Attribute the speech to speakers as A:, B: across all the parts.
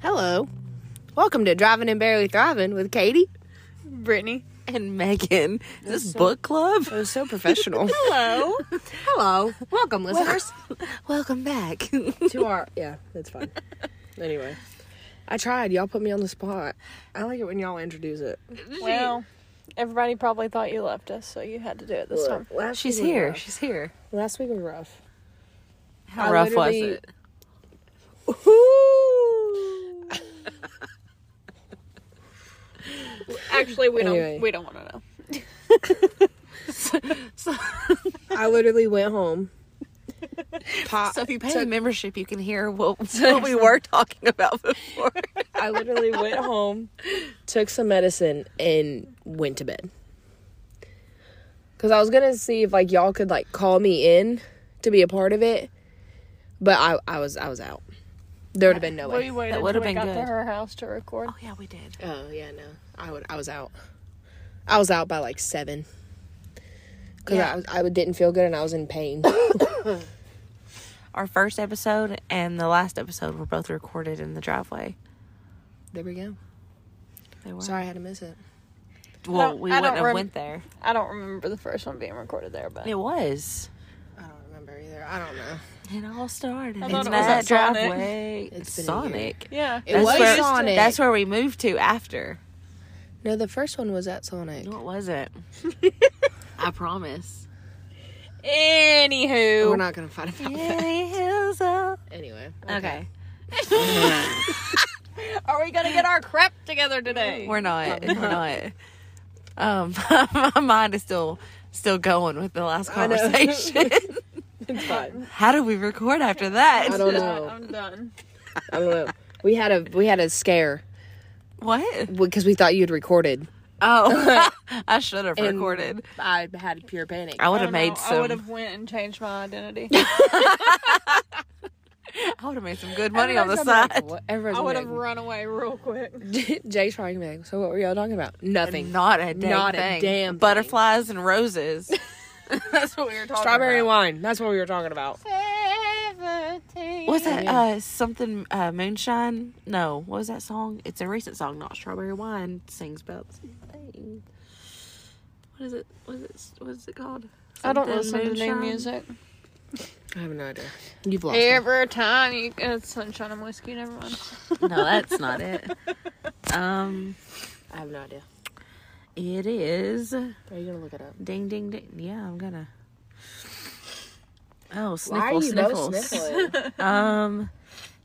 A: Hello. Welcome to Driving and Barely Thriving with Katie.
B: Brittany.
C: and Megan. This book club.
A: It was so professional.
B: Hello. Hello.
A: Welcome, listeners.
C: Welcome back.
A: to our. Yeah, that's fine. Anyway, I tried. Y'all put me on the spot. I like it when y'all introduce it.
B: Well, everybody probably thought you left us, so you had to do it this time.
A: Last
C: She's
A: week was
C: here.
A: rough.
C: She's here.
A: Last week was rough.
C: How
A: I
C: rough was
A: literally-
C: it?
B: Actually, we
A: Anyway.
B: don't. We don't want to know.
A: I literally went home. Pop.
C: So if you pay the membership, you can hear what, what we were talking about before.
A: I literally went home, took some medicine, and went to bed. Cause I was gonna see if like y'all could like call me in to be a part of it, but I I was I was out. There would have been no way.
B: We waited
C: That
B: till
C: would've
B: we
C: been
B: got to
C: good.
B: her house to record.
C: yeah, we did.
A: Oh yeah, no, I would I was out. I was out by like seven. Cause
C: Yeah.
A: I was I, I didn't feel good and I was in pain.
C: Our first episode and the last episode were both recorded in the driveway.
A: there we go.
C: They were.
A: Sorry I had to miss it.
C: Well,
B: don't-
C: we
B: I
C: wouldn't
B: don't
C: have
B: rem-
C: went there.
B: I don't remember the first one being recorded there, but
C: It was.
A: I don't remember either. I don't know.
C: It all started
B: I
C: in
B: thought it was
C: that
B: at Sonic.
C: driveway.
A: It's been a
C: Sonic.
B: yeah,
A: It was
C: where,
A: Sonic.
C: That's where we moved to after.
A: No, the first one was at Sonic.
C: No, it wasn't. I promise.
B: Anywho,
A: We're not gonna fight about that. Anyway.
C: Okay.
B: are we gonna get our crap together today?
C: We're not. We're not. Um, my mind is still still going with the last
A: I know.
C: conversation.
A: It's fine.
C: How do we record after that?
A: I don't know.
B: I'm done.
A: I don't know. We had a we had a scare
C: What?
A: because we thought you'd recorded.
C: Oh, I should have
A: And-
C: recorded.
A: I had pure panic.
C: I would have
B: don't
C: made
B: know. I would
C: some.
B: have went and changed my identity.
C: I would have made some good money on the
A: Everyone's gonna be Like,
C: side.
A: what?
B: I would have
A: Everyone's
B: run away real quick.
A: gonna be like, Jake's probably gonna be like, so what were y'all talking about? Nothing.
C: Not a damn
A: Not a
C: thing.
A: damn thing.
C: Butterflies and roses. That's what we were talking
A: Strawberry
C: about.
A: wine. That's what we were talking about.
C: What's that?
A: Yeah.
C: Uh, something uh, moonshine? No, what was that song? It's a recent song, not Strawberry Wine. Sings about the same thing. What is it? What is it? What is it called?
B: I don't
C: Something
B: listen to new
C: moonshine?
B: music.
A: I have no idea. You've lost. me.
B: Every time you get sunshine and whiskey, never mind.
C: No, that's not it. Um,
A: I have no idea.
C: it is.
A: Are you gonna look it up?
C: Ding, ding, ding. Yeah, I'm gonna. Oh, sniffle,
A: Why are you
C: sniffles.
A: both sniffling?
C: Um,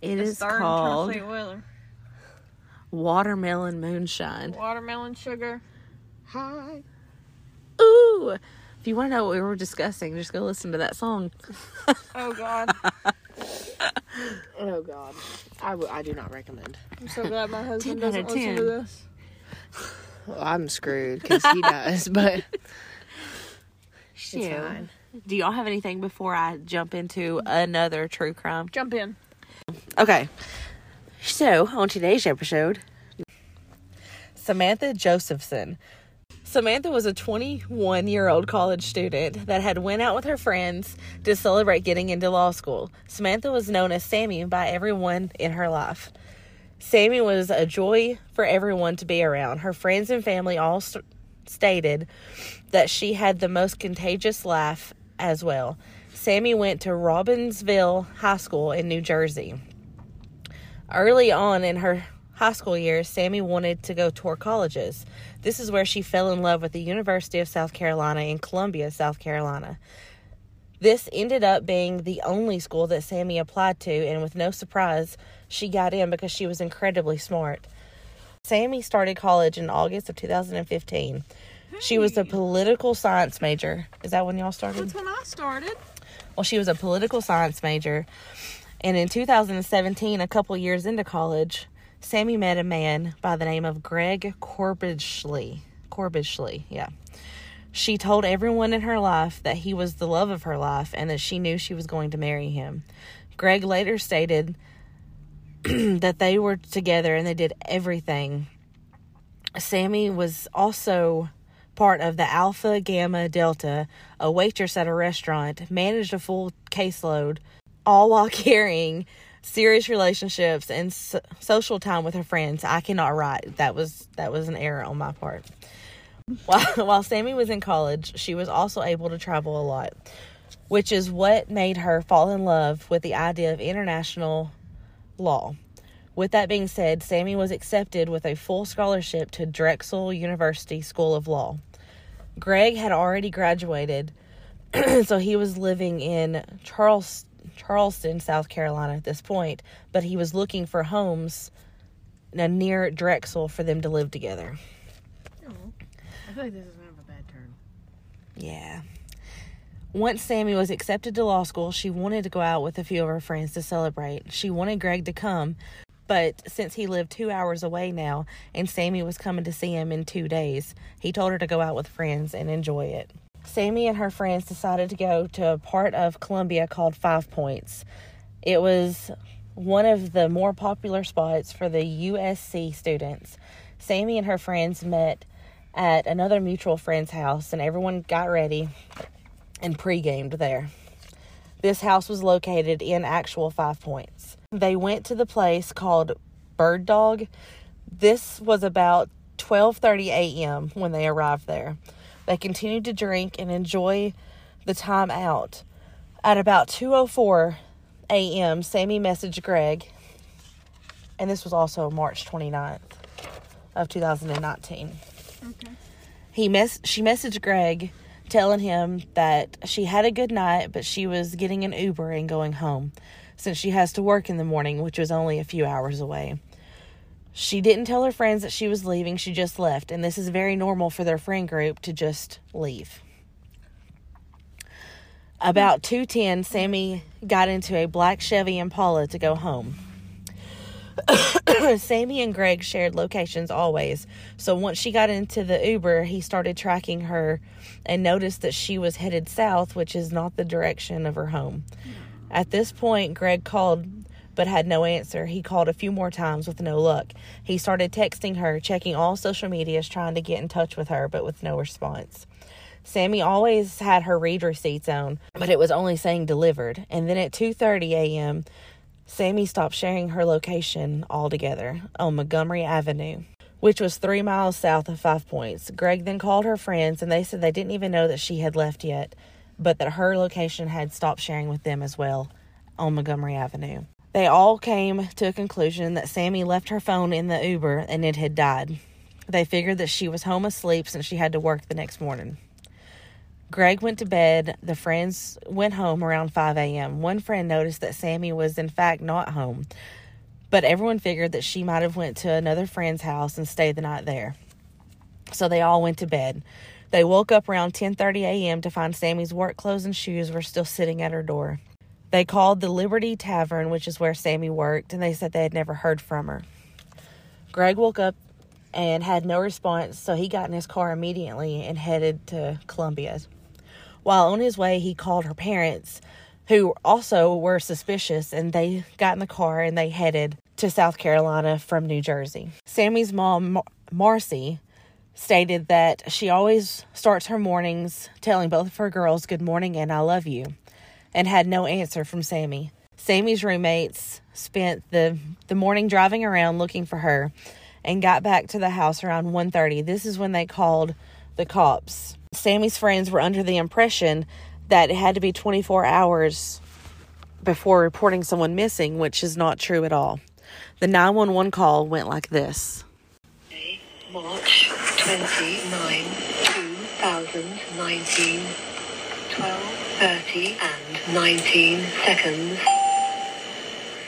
C: it is
B: Third
C: called
B: Charlie Wheeler.
C: watermelon moonshine.
B: Watermelon sugar.
A: Hi.
C: Ooh. If you want to know what we were discussing, just go listen to that song.
B: Oh God,
A: Oh God. I w- I do not recommend.
B: I'm so glad my husband
C: 10 out
B: doesn't
C: of
B: listen to
C: 10.
B: this.
A: Well, I'm screwed because he does, but
C: Shoo. Do y'all have anything before I jump into another true crime?
B: Jump in.
C: Okay. So, on today's episode, Samantha Josephson. Samantha was a 21-year-old college student that had went out with her friends to celebrate getting into law school. Samantha was known as Sammy by everyone in her life. Sammy was a joy for everyone to be around. Her friends and family all st- stated that she had the most contagious laugh as well. Sammy went to Robbinsville High School in New Jersey. Early on in her high school years, Sammy wanted to go tour colleges. This is where she fell in love with the University of South Carolina in Columbia, South Carolina. This ended up being the only school that Sammy applied to, and with no surprise, she got in because she was incredibly smart. Sammy started college in August of 2015. She was a political science major. Is that when y'all started?
B: That's when I started.
C: Well, she was a political science major. And in 2017, a couple years into college, Sammy met a man by the name of Greg Corbidgley. Corbidgley, yeah. She told everyone in her life that he was the love of her life and that she knew she was going to marry him. Greg later stated that they were together and they did everything. Sammy was also part of the Alpha Gamma Delta, a waitress at a restaurant, managed a full caseload, all while carrying serious relationships and so- social time with her friends. I cannot write. That was that was an error on my part. While, while Sammy was in college, she was also able to travel a lot, which is what made her fall in love with the idea of international law. With that being said, Sammy was accepted with a full scholarship to Drexel University School of Law. Greg had already graduated, so he was living in Charles, Charleston, South Carolina at this point, but he was looking for homes uh, near Drexel for them to live together.
A: I feel like this is kind of a bad turn.
C: Yeah. Once Sammy was accepted to law school, she wanted to go out with a few of her friends to celebrate. She wanted Greg to come, but since he lived two hours away now and Sammy was coming to see him in two days, he told her to go out with friends and enjoy it. Sammy and her friends decided to go to a part of Columbia called Five Points. It was one of the more popular spots for the USC students. Sammy and her friends met at another mutual friend's house, and everyone got ready and pre-gamed there. This house was located in actual Five Points. They went to the place called Bird Dog. This was about 12:30 a.m. when they arrived there. They continued to drink and enjoy the time out. At about 2:04 a.m., Sammy messaged Greg, and this was also March 29th of 2019 he mess she messaged Greg telling him that she had a good night but she was getting an Uber and going home since she has to work in the morning which was only a few hours away. She didn't tell her friends that she was leaving, she just left and this is very normal for their friend group to just leave. About 2:10 Sammy got into a black Chevy Impala to go home. Sammy and Greg shared locations always. So once she got into the Uber, he started tracking her and noticed that she was headed south, which is not the direction of her home. At this point, Greg called but had no answer. He called a few more times with no luck. He started texting her, checking all social medias, trying to get in touch with her, but with no response. Sammy always had her read receipts on, but it was only saying delivered. And then at 2:30 a.m., Sammy stopped sharing her location altogether on Montgomery Avenue, which was three miles south of Five Points. Greg then called her friends, and they said they didn't even know that she had left yet, but that her location had stopped sharing with them as well on Montgomery Avenue. They all came to a conclusion that Sammy left her phone in the Uber and it had died. They figured that she was home asleep since she had to work the next morning. Greg went to bed. The friends went home around 5 a.m. One friend noticed that Sammy was in fact not home, but everyone figured that she might have went to another friend's house and stayed the night there. So they all went to bed. They woke up around 10:30 a.m. to find Sammy's work clothes and shoes were still sitting at her door. They called the Liberty Tavern, which is where Sammy worked, and they said they had never heard from her. Greg woke up and had no response, so he got in his car immediately and headed to Columbia. While on his way, he called her parents, who also were suspicious, and they got in the car and they headed to South Carolina from New Jersey. Sammy's mom, Mar- Marcy, stated that she always starts her mornings telling both of her girls good morning and I love you, and had no answer from Sammy. Sammy's roommates spent the the morning driving around looking for her and got back to the house around 1:30. This is when they called the cops. Sammy's friends were under the impression that it had to be 24 hours before reporting someone missing, which is not true at all. The 911 call went like this.
D: March 29, 2019, 12.30 and 19 seconds.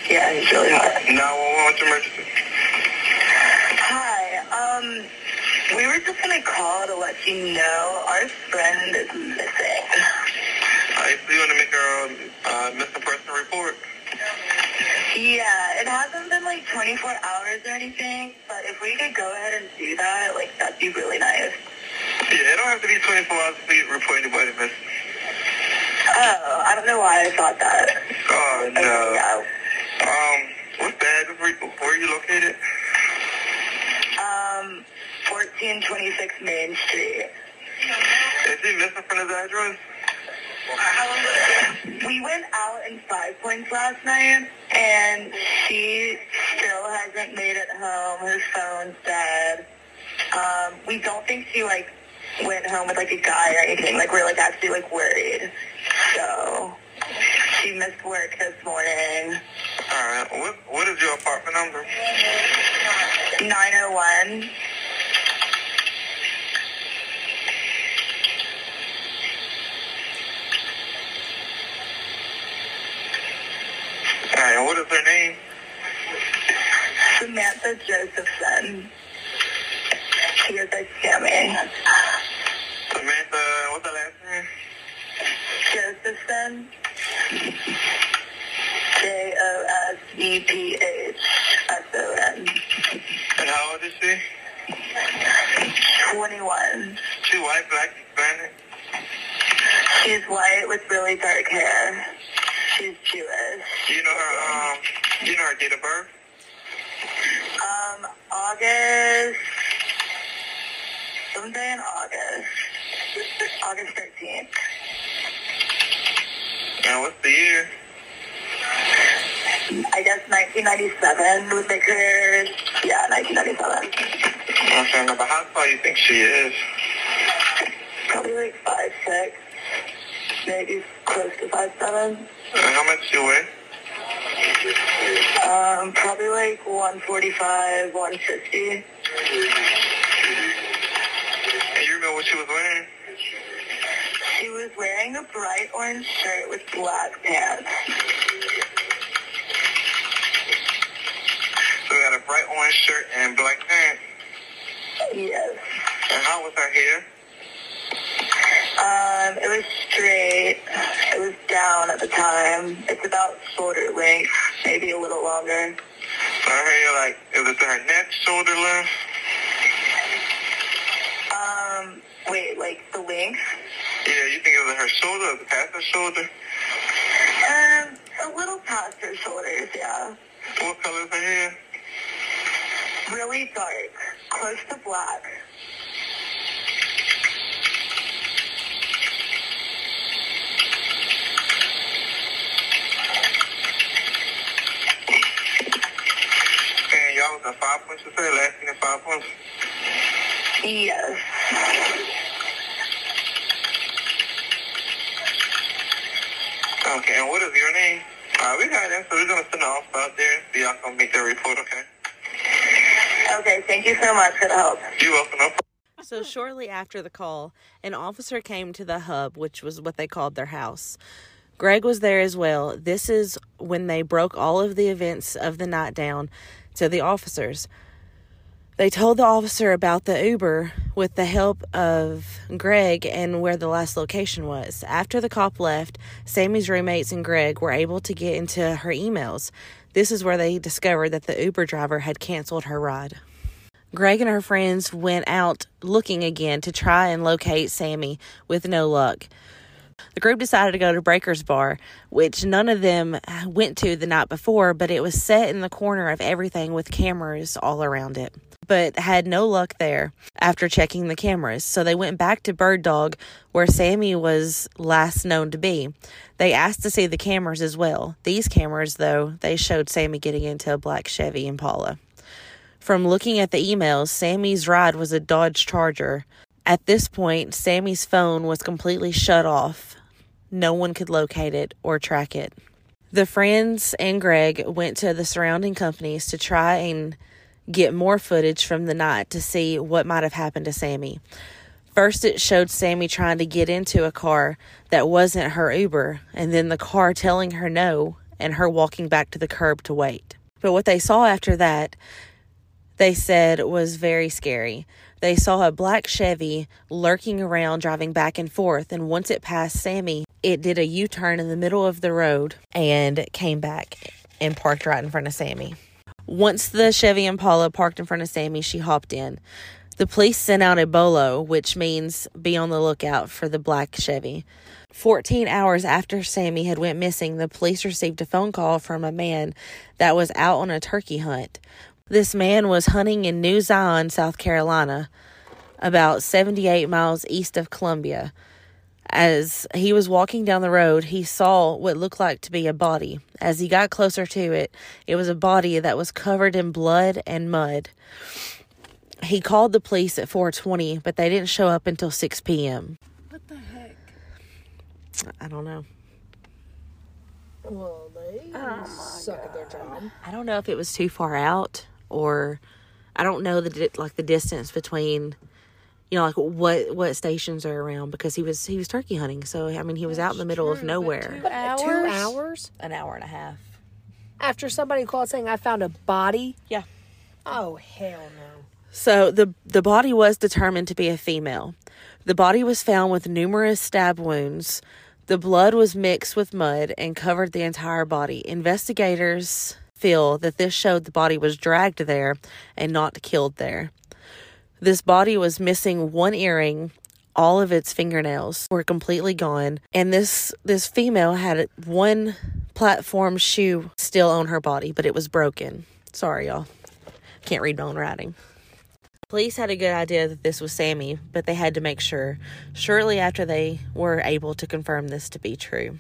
E: Yeah, it's really hot. 911, what's your emergency? Hi, um, we were just gonna call to let you know our friend is missing. I see you wanna make a uh, missing person report. Yeah, it hasn't been like 24 hours or anything, but if we could go ahead and do that, like that'd be really nice. Yeah, it don't have to be 24 hours to be reported by the missing. Oh, I don't know why I thought that. Oh, no. Um, what bag is where, where are you located? Um, 1426 Main Street. Is he missing from his address? We went out in Five Points last night, And she still hasn't made it home. Her phone's dead. Um, we don't think she like went home with like a guy or anything. Like we're like actually like worried. So she missed work this morning. All right. What what is your apartment number? Nine oh one. All right. What is her name? Samantha Josephson. She is a scammy. Samantha, what's her last name? Josephson. J O S E P H S O N. And how old is she? 21. She white, black, Hispanic? She's white with really dark hair. She's Jewish. Do you know her, um, do you know her date of birth? Um, August, someday in August. August 13th. And what's the year? I guess 1997 would make her, yeah, 1997. I'm saying, but how tall you think she is? Probably like five six, maybe close to five seven. how much do you weigh? Um, probably like 145, 150. And you remember what she was wearing? She was wearing a bright orange shirt with black pants. So we had a bright orange shirt and black pants. Yes. And how was her hair? Um, it was straight. It was down at the time. It's about shoulder length, maybe a little longer. Her hair, like, is it to her neck, shoulder length? Um, wait, like the length? Yeah, you think it was her shoulder, or past her shoulder? Um, a little past her shoulders, yeah. What color is her hair? Really dark, close to black. And y'all was in five points, you said, last in five points? Yes. Okay, and what is your name? Uh, we got it, so we're gonna send an officer out there and see y'all gonna make their report, okay? Okay, thank you so much for the help. You're welcome. No
C: So shortly after the call, an officer came to the hub, which was what they called their house. Greg was there as well. This is when they broke all of the events of the night down to the officers. They told the officer about the Uber with the help of Greg and where the last location was. After the cop left, Sammy's roommates and Greg were able to get into her emails. This is where they discovered that the Uber driver had canceled her ride. Greg and her friends went out looking again to try and locate Sammy with no luck. The group decided to go to Breaker's Bar, which none of them went to the night before, but it was set in the corner of everything with cameras all around it. But had no luck there after checking the cameras, so they went back to Bird Dog, where Sammy was last known to be. They asked to see the cameras as well. These cameras, though, they showed Sammy getting into a black Chevy Impala. From looking at the emails, Sammy's ride was a Dodge Charger. At this point, Sammy's phone was completely shut off. No one could locate it or track it. The friends and Greg went to the surrounding companies to try and get more footage from the night to see what might have happened to Sammy. First, it showed Sammy trying to get into a car that wasn't her Uber, and then the car telling her no and her walking back to the curb to wait. But what they saw after that they said was very scary. They saw a black Chevy lurking around, driving back and forth, and once it passed Sammy, it did a U turn in the middle of the road and came back and parked right in front of Sammy. Once the Chevy Impala parked in front of Sammy, she hopped in. The police sent out a bolo, which means be on the lookout for the black Chevy. 14 hours after Sammy had went missing, the police received a phone call from a man that was out on a turkey hunt. This man was hunting in New Zion, South Carolina, about 78 miles east of Columbia. As he was walking down the road, he saw what looked like to be a body. As he got closer to it, it was a body that was covered in blood and mud. He called the police at 4:20, but they didn't show up until 6 p.m.
A: What the heck?
C: I don't know.
F: Well, they suck at their job.
C: Oh I don't know if it was too far out or I don't know the di- like the distance between you know like what what stations are around because he was he was turkey hunting so I mean he was out in the middle of nowhere
B: Hours?
F: Two hours
C: an hour and a half
F: after somebody called saying I found a body.
C: yeah
F: Oh hell no.
C: so the the body was determined to be a female the body was found with numerous stab wounds the blood was mixed with mud and covered the entire body investigators feel that this showed the body was dragged there and not killed there This body was missing one earring. All of its fingernails were completely gone, and this this female had one platform shoe still on her body, but it was broken. Sorry, y'all. Can't read my own writing. Police had a good idea that this was Sammy, but they had to make sure. Shortly after they were able to confirm this to be true.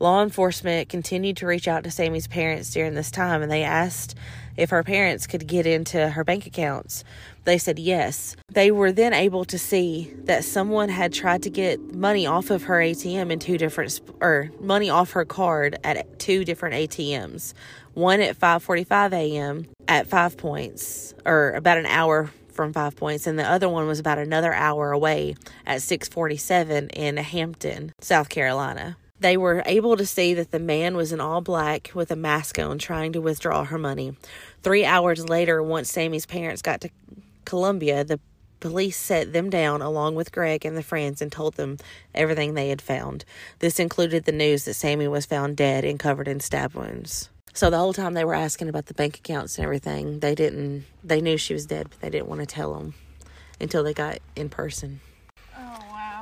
C: Law enforcement continued to reach out to Sammy's parents during this time and they asked if her parents could get into her bank accounts. They said yes. They were then able to see that someone had tried to get money off of her ATM in two different sp- or money off her card at two different ATMs. One at 5:45 a.m. at 5 points or about an hour from Five Points, and the other one was about another hour away at 647 in Hampton, South Carolina. They were able to see that the man was in all black with a mask on trying to withdraw her money. Three hours later, once Sammy's parents got to Columbia, the police set them down along with Greg and the friends and told them everything they had found. This included the news that Sammy was found dead and covered in stab wounds. So the whole time they were asking about the bank accounts and everything, they didn't. They knew she was dead, but they didn't want to tell them until they got in person.
B: Oh, wow.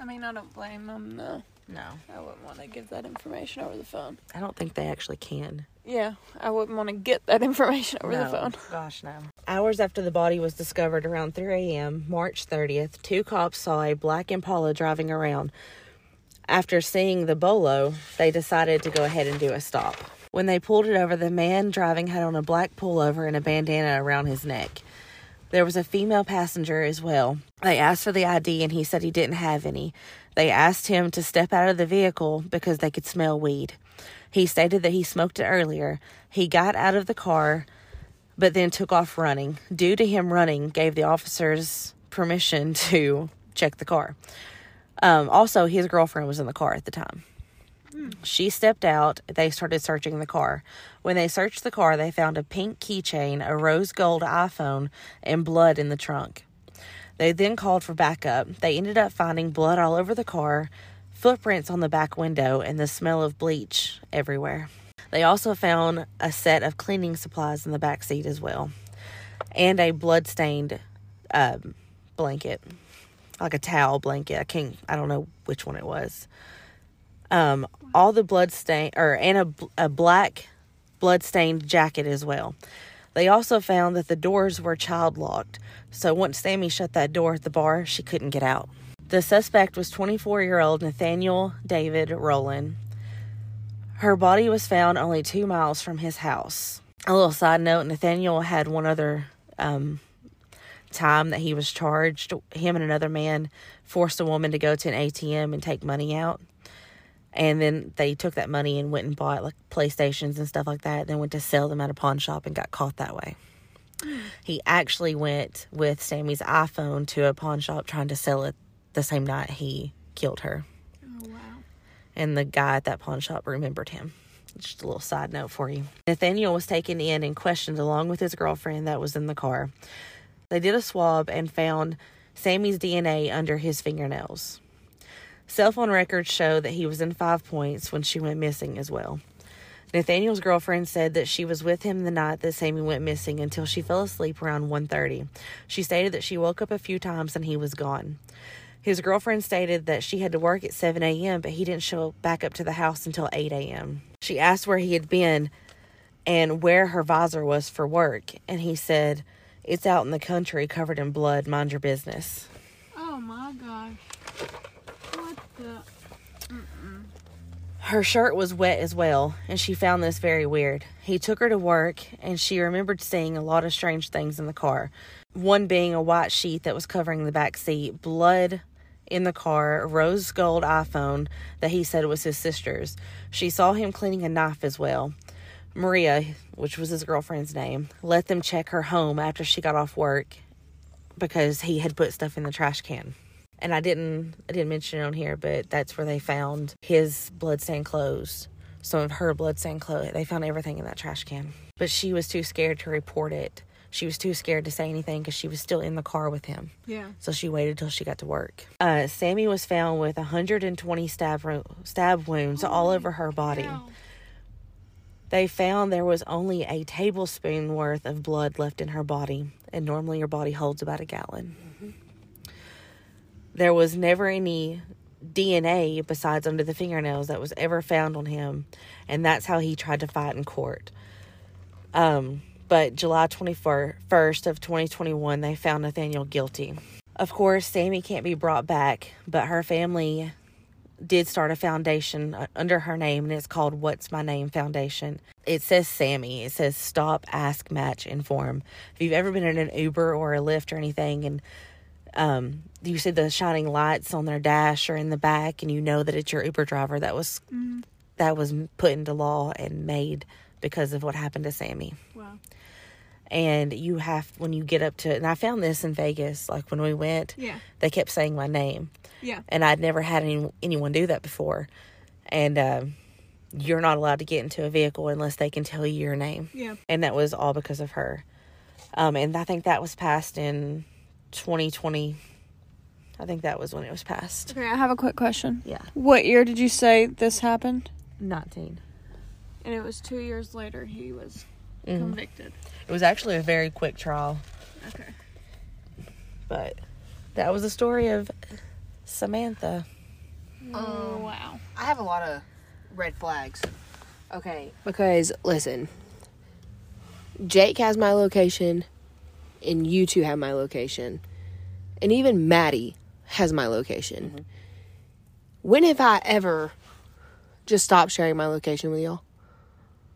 B: I mean, I don't blame them, though.
C: No,
B: I wouldn't want to give that information over the phone.
C: I don't think they actually can.
B: Yeah, I wouldn't want to get that information over the
C: No.
B: phone.
C: Gosh, no. Hours after the body was discovered around 3 a.m., March 30th, two cops saw a black Impala driving around. After seeing the bolo, they decided to go ahead and do a stop. When they pulled it over, the man driving had on a black pullover and a bandana around his neck. There was a female passenger as well. They asked for the ID and he said he didn't have any. They asked him to step out of the vehicle because they could smell weed. He stated that he smoked it earlier. He got out of the car but then took off running. Due to him running, gave the officers permission to check the car. Um, also, his girlfriend was in the car at the time. She stepped out. They started searching the car. When they searched the car, they found a pink keychain, a rose gold iPhone, and blood in the trunk. They then called for backup. They ended up finding blood all over the car, footprints on the back window, and the smell of bleach everywhere. They also found a set of cleaning supplies in the back seat as well, and a blood-stained um, blanket, like a towel blanket. I can't. I don't know which one it was. Um, all the blood stain, or and a bl- a black blood-stained jacket as well. They also found that the doors were child locked, so once Sammy shut that door at the bar, she couldn't get out. The suspect was 24 year old Nathaniel David Rowland. Her body was found only two miles from his house. A little side note Nathaniel had one other um, time that he was charged. Him and another man forced a woman to go to an ATM and take money out. And then they took that money and went and bought like PlayStations and stuff like that. Then went to sell them at a pawn shop and got caught that way. He actually went with Sammy's iPhone to a pawn shop trying to sell it the same night he killed her and the guy at that pawn shop remembered him. Just a little side note for you. Nathaniel was taken in and questioned along with his girlfriend that was in the car. They did a swab and found Sammy's DNA under his fingernails. Cell phone records show that he was in Five Points when she went missing as well. Nathaniel's girlfriend said that she was with him the night that Sammy went missing until she fell asleep around 1:30. She stated that she woke up a few times and he was gone. His girlfriend stated that she had to work at 7 a.m., but he didn't show back up to the house until 8 a.m. She asked where he had been and where her visor was for work, and he said, It's out in the country covered in blood. Mind your business.
A: Oh my gosh. What the?
C: Her shirt was wet as well, and she found this very weird. He took her to work, and she remembered seeing a lot of strange things in the car. One being a white sheet that was covering the back seat, blood in the car, a rose gold iPhone that he said was his sister's. She saw him cleaning a knife as well. Maria, which was his girlfriend's name, let them check her home after she got off work because he had put stuff in the trash can. And I didn't I didn't mention it on here, but that's where they found his bloodstained clothes. Some of her bloodstained clothes. They found everything in that trash can. But she was too scared to report it. She was too scared to say anything because she was still in the car with him.
A: Yeah.
C: So she waited till she got to work. Uh, Sammy was found with 120 stab ro- stab wounds all over her body. They found there was only a tablespoon worth of blood left in her body, and normally your body holds about a gallon. There was never any DNA besides under the fingernails that was ever found on him, and that's how he tried to fight in court. Um, but July 21st of 2021, they found Nathaniel guilty. Of course, Sammy can't be brought back, but her family did start a foundation uh, under her name, and it's called What's My Name Foundation. It says Sammy. It says Stop, Ask, Match, Inform. If you've ever been in an Uber or a Lyft or anything, and um, you see the shining lights on their dash or in the back, and you know that it's your Uber driver that was
A: Mm-hmm.
C: that was put into law and made because of what happened to Sammy
A: Wow.
C: and you have when you get up to and I found this in Vegas like when we went
A: Yeah.
C: they kept saying my name
A: Yeah.
C: and I'd never had any, anyone do that before and um, you're not allowed to get into a vehicle unless they can tell you your name
A: Yeah.
C: and that was all because of her um, and I think that was passed in 2020 I think that was when it was passed
B: Okay, I have a quick question.
C: Yeah.
B: What year did you say this happened?
C: 19
B: And it was two years later he was
C: Mm-hmm.
B: convicted.
C: it was actually a very quick trial
B: Okay.
C: but that was the story of Samantha Mm.
B: Oh wow.
A: I have a lot of red flags.
F: Okay, because listen, Jake has my location, and you two have my location, and even Maddie has my location. When have I ever just stopped sharing my location with y'all?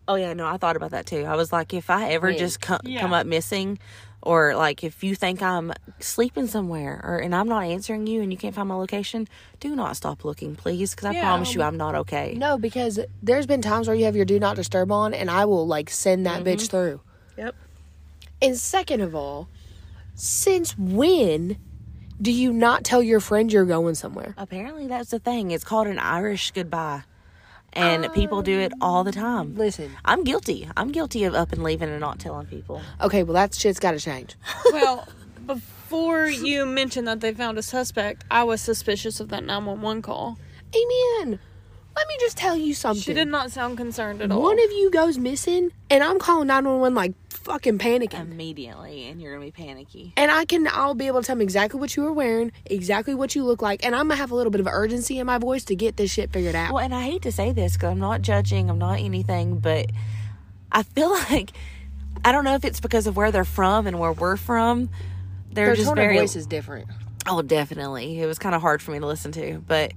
C: Oh yeah, no, I thought about that too. I was like, if I ever just co-
A: Yeah.
C: come up missing, or like if you think I'm sleeping somewhere, or and I'm not answering you, and you can't find my location, do not stop looking, please, because I
B: Yeah,
C: promise you, I'm not okay.
F: No, because there's been times where you have your do not disturb on, and I will like send that bitch through.
C: Yep.
F: And second of all, since when do you not tell your friend you're going somewhere?
C: Apparently, that's the thing. It's called an Irish goodbye, and people do it all the time.
F: Listen.
C: I'm guilty. I'm guilty of up and leaving and not telling people.
F: Okay, well that shit's got to change.
B: well, before you mentioned that they found a suspect, I was suspicious of that 911 call.
F: Amen. Let me just tell you something.
B: She did not sound concerned at all.
F: One of you goes missing, and I'm calling 911 like fucking
C: Um,
F: panicking.
C: Immediately, and you're gonna be panicky.
F: And I can, I'll be able to tell them exactly what you were wearing, exactly what you look like, and I'm gonna have a little bit of urgency in my voice to get this shit figured out.
C: Well, and I hate to say this because I'm not judging, I'm not anything, but I feel like I don't know if it's because of where they're from and where we're from. They're
F: Their
C: just
F: tone
C: very
F: of voice is different.
C: oh, definitely. It was kind of hard for me to listen to, but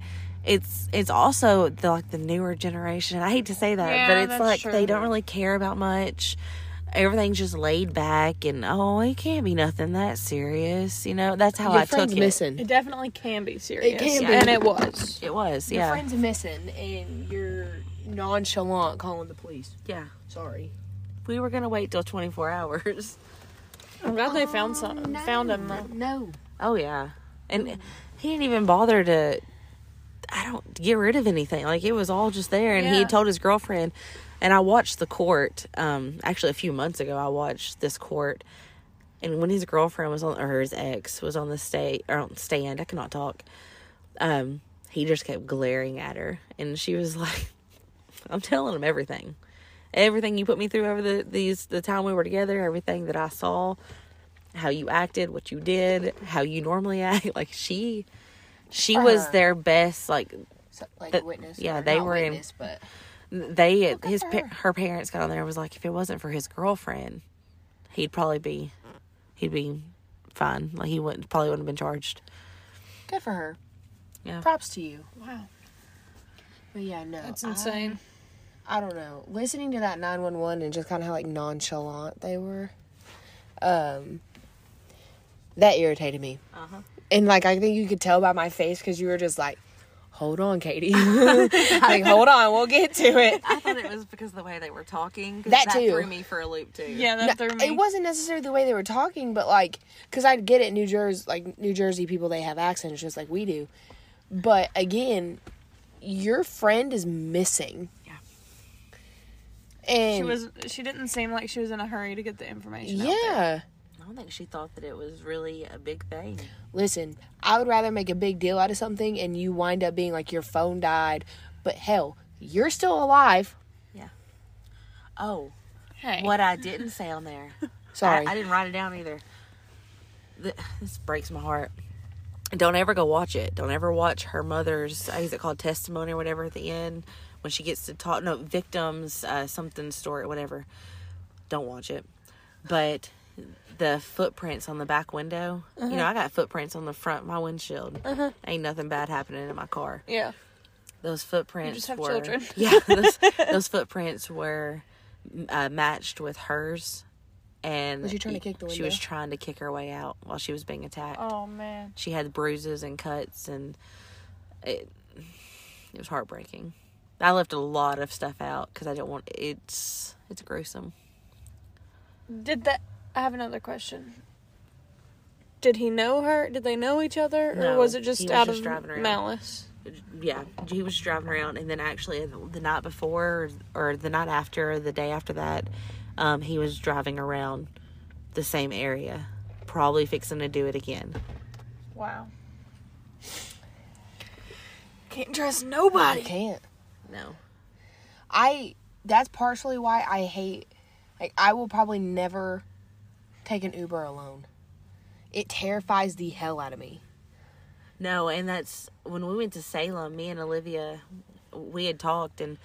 C: it's it's also the, like the newer generation. I hate to say that,
B: Yeah,
C: but it's
B: that's
C: like they
B: true.
C: don't really care about much. Everything's just laid back, and oh, it can't be nothing that serious, you know. That's how
F: Your
C: I took
F: friend's
C: it.
F: missing.
B: It definitely can be serious.
F: can be.
B: And it was.
C: It was,
F: Your
C: yeah,
F: friend's missing, and you're nonchalant calling the police.
C: yeah.
F: Sorry.
C: We were gonna wait till 24 hours.
B: I'm glad they found some found him though.
F: No.
C: Oh yeah, and he didn't even bother to. I don't get rid of anything. Like it was all just there, and he
B: Yeah.
C: had told his girlfriend. And I watched the court. Um, actually, a few months ago, I watched this court, and when his girlfriend was on, or his ex was on the state or on stand, I cannot talk. Um, he just kept glaring at her, and she was like, "I'm telling him everything, everything you put me through over the these the time we were together, everything that I saw." how you acted, what you did, how you normally act. Like she, she
A: Uh-huh.
C: was their best. Like
F: So, like
C: But-
F: witness.
C: yeah,
F: or
C: they
F: not
C: were in-
F: witness, but
C: they, his her. her parents got on there and was like, if it wasn't for his girlfriend, he'd probably be, he'd be fine. Like he wouldn't probably wouldn't have been charged.
F: good for her.
C: Yeah.
A: Props to you.
B: Wow.
A: But yeah, no.
B: That's
A: I-
B: insane.
A: I don't know. Listening to that 911 and just kind of how like nonchalant they were, um, that irritated me.
C: Uh-huh.
A: And like I think you could tell by my face because you were just like, "Hold on, Katie. like, hold on, we'll get to it."
C: I thought it was because of the way they were talking. 'cause
A: That too.
C: threw me for a loop too.
B: yeah, that
A: No,
B: threw me.
A: It wasn't necessarily the way they were talking, but like, because I get it, New Jersey, like New Jersey people, they have accents just like we do. But again, your friend is missing.
C: Yeah.
A: And
B: she was. She didn't seem like she was in a hurry to get the information. out there.
A: yeah.
C: I don't think she thought that it was really a big thing.
A: listen, I would rather make a big deal out of something and you wind up being like your phone died, but hell, you're still alive.
C: Oh,
B: Hey.
C: what I didn't say on there.
A: Sorry.
C: I, I didn't write it down either. Th- This breaks my heart. Don't ever go watch it. Don't ever watch her mother's. I guess it called testimony or whatever at the end when she gets to talk. No victims, uh, something story, whatever. Don't watch it. But the footprints on the back window. You know, I got footprints on the front of my windshield. Ain't nothing bad happening in my car.
B: Yeah.
C: Those footprints
B: have
C: were.
B: children.
C: Yeah, those, those footprints were uh, matched with hers, and
A: Was she trying to kick the
C: She was
A: window?
C: trying to kick her way out while she was being attacked.
B: Oh man.
C: She had bruises and cuts, and it it was heartbreaking. I left a lot of stuff out because I don't want it's it's gruesome.
B: Did that? I have another question. Did he know her? Did they know each other, or
C: No,
B: was it just
C: he was
B: out
C: just
B: of
C: driving around.
B: malice?
C: yeah, he was driving around, and then actually the night before, or the night after, or the day after that, um, he was driving around the same area, probably fixing to do it again.
B: Wow. Can't trust nobody.
A: I can't.
C: No,
A: I that's partially why I hate like I will probably never take an Uber alone. It terrifies the hell out of me.
C: no, and that's when we went to Salem. Me and Olivia, we had talked, and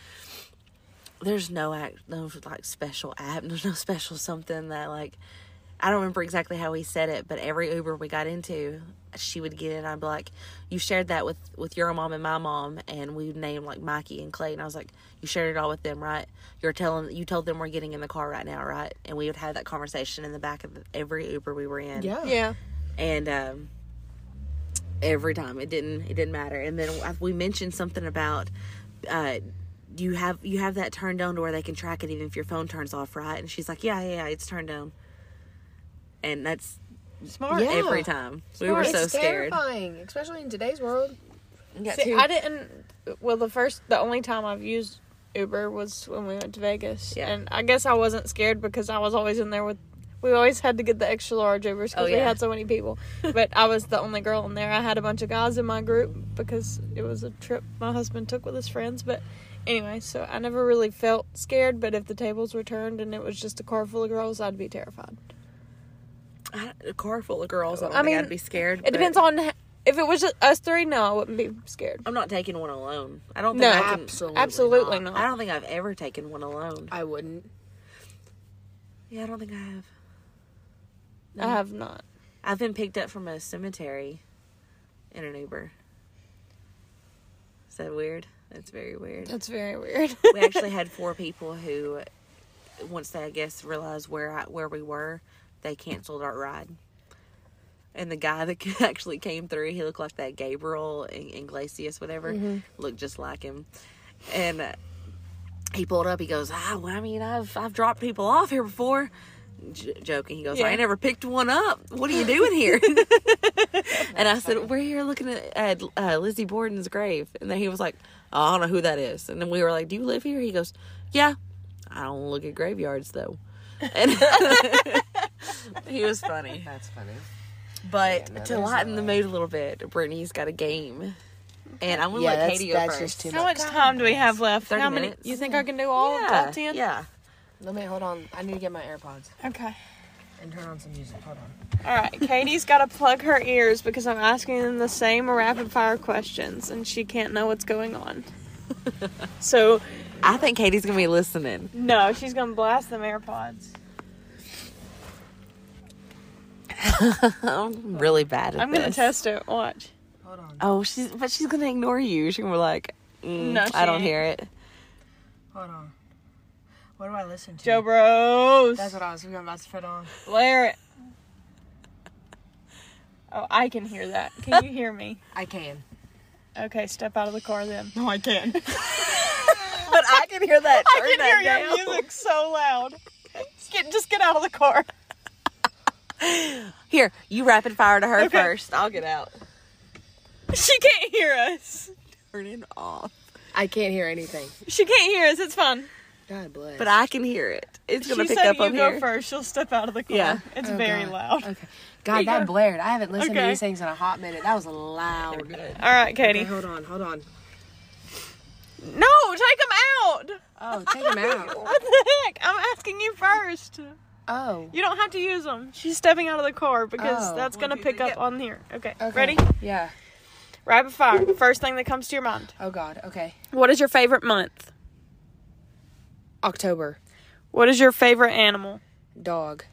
C: there's no act, no like special app, there's no special something that like I don't remember exactly how he said it, but every Uber we got into, she would get in. I'd be like, "You shared that with with your mom and my mom," and we would name like Mikey and Clay. And I was like, "You shared it all with them, right? You're telling you told them we're getting in the car right now, right?" And we would have that conversation in the back of every Uber we were in.
B: Yeah.
C: and um, every time it didn't it didn't matter. And then I- we mentioned something about uh, you have you have that turned on to where they can track it even if your phone turns off, right? And she's like, yeah, yeah, yeah it's turned on, and that's
B: Smart.
A: Yeah.
C: every time we were
A: it's
C: so scared.
A: terrifying, especially in today's world.
B: See, I didn't. Well, the first, the only time I've used Uber was when we went to Vegas,
C: Yeah.
B: and I guess I wasn't scared because I was always in there with. We always had to get the extra large Ubers because
C: Oh,
B: we
C: yeah.
B: had so many people. but I was the only girl in there. I had a bunch of guys in my group because it was a trip my husband took with his friends. But anyway, so I never really felt scared. But if the tables were turned and it was just a car full of girls, I'd be terrified.
C: I, a car full of girls. I don't
B: I
C: think
B: mean,
C: I'd be scared.
B: It depends on h- if it was just us three. No, I wouldn't be scared.
C: I'm not taking one alone. I don't think
B: No,
C: I can.
A: absolutely.
B: Absolutely
C: I
B: not.
C: don't think I've ever taken one alone.
A: I wouldn't.
C: Yeah, I don't think I have.
B: I have not.
C: I've been picked up from a cemetery in an Uber. Is that weird? That's very weird.
B: That's very weird.
C: we actually had four people who, once they I guess realized where I, where we were, they canceled our ride. And the guy that actually came through, he looked like that Gabriel in- Iglesias, whatever, looked just like him. And uh, he pulled up. He goes, "Ah, well, I mean, I've I've dropped people off here before." J- joking, he goes, "I
B: Yeah.
C: ain't never picked one up. What are you doing here?" And I said, "We're here looking at, at uh, Lizzie Borden's grave," and then he was like, "Oh, "I don't know who that is." And then we were like, "Do you live here?" He goes, "Yeah." I don't look at graveyards though. And he was funny,
A: That's funny.
C: but
A: no,
C: to
A: there's
C: lighten the mood a little bit, Brittany's got a game, and I'm gonna
A: Yeah,
C: let
A: that's,
C: Katie go
A: that's
C: first.
A: just too
B: How
A: much.
B: much time do we have left?
C: 30
B: How many?
C: minutes.
B: You think I can do all?
C: yeah,
B: All ten?
C: yeah.
A: Let me hold on. I need to get my AirPods
B: Okay.
A: and turn on some music. Hold on.
B: All right. Katie's got to plug her ears because I'm asking them the same rapid fire questions, and she can't know what's going on. so
C: I think Katie's gonna be listening.
B: no, she's gonna blast them AirPods.
C: I'm really bad at
B: I'm gonna
C: this.
B: test it. Watch.
A: Hold
G: hold on.
C: Oh, she's but she's gonna ignore you. She's gonna be like, mm,
B: No, she
C: I don't
B: ain't.
C: hear it.
G: Hold on. What do I listen to?
B: Joe Bros.
G: That's what I was we were about to put on.
B: Blair it. Oh, I can hear that. Can you hear me?
G: I can.
B: Okay, step out of the car then. No, I can.
C: But I can hear that.
B: I can hear your music so loud. Just get, just get out of the car.
C: Here, you rapid fire to her
B: Okay.
C: first. I'll get out.
B: She can't hear us.
C: Turn it off.
A: I can't hear anything.
B: She can't hear us. It's fine.
A: God bless.
C: But I can hear it. It's gonna
B: She
C: pick
B: said
C: up
B: you
C: up
B: go
C: here.
B: first. She'll step out of the car.
C: Yeah.
B: It's very
A: God.
B: loud.
A: Okay. God,
B: go.
A: that blared. I haven't listened
B: Okay.
A: to these things in a hot minute. That was loud.
B: All right,
A: Okay,
B: Katie.
A: hold on, hold on.
B: No, take him out.
A: Oh, take them out.
B: What the heck? I'm asking you first.
A: Oh.
B: You don't have to use them. She's stepping out of the car because
A: Oh.
B: that's going to pick up on here. Okay.
A: Okay.
B: Ready?
A: Yeah.
B: Rapid fire. First thing that comes to your mind.
A: Oh God. Okay.
B: What is your favorite month?
A: October.
B: What is your favorite animal?
A: Dog.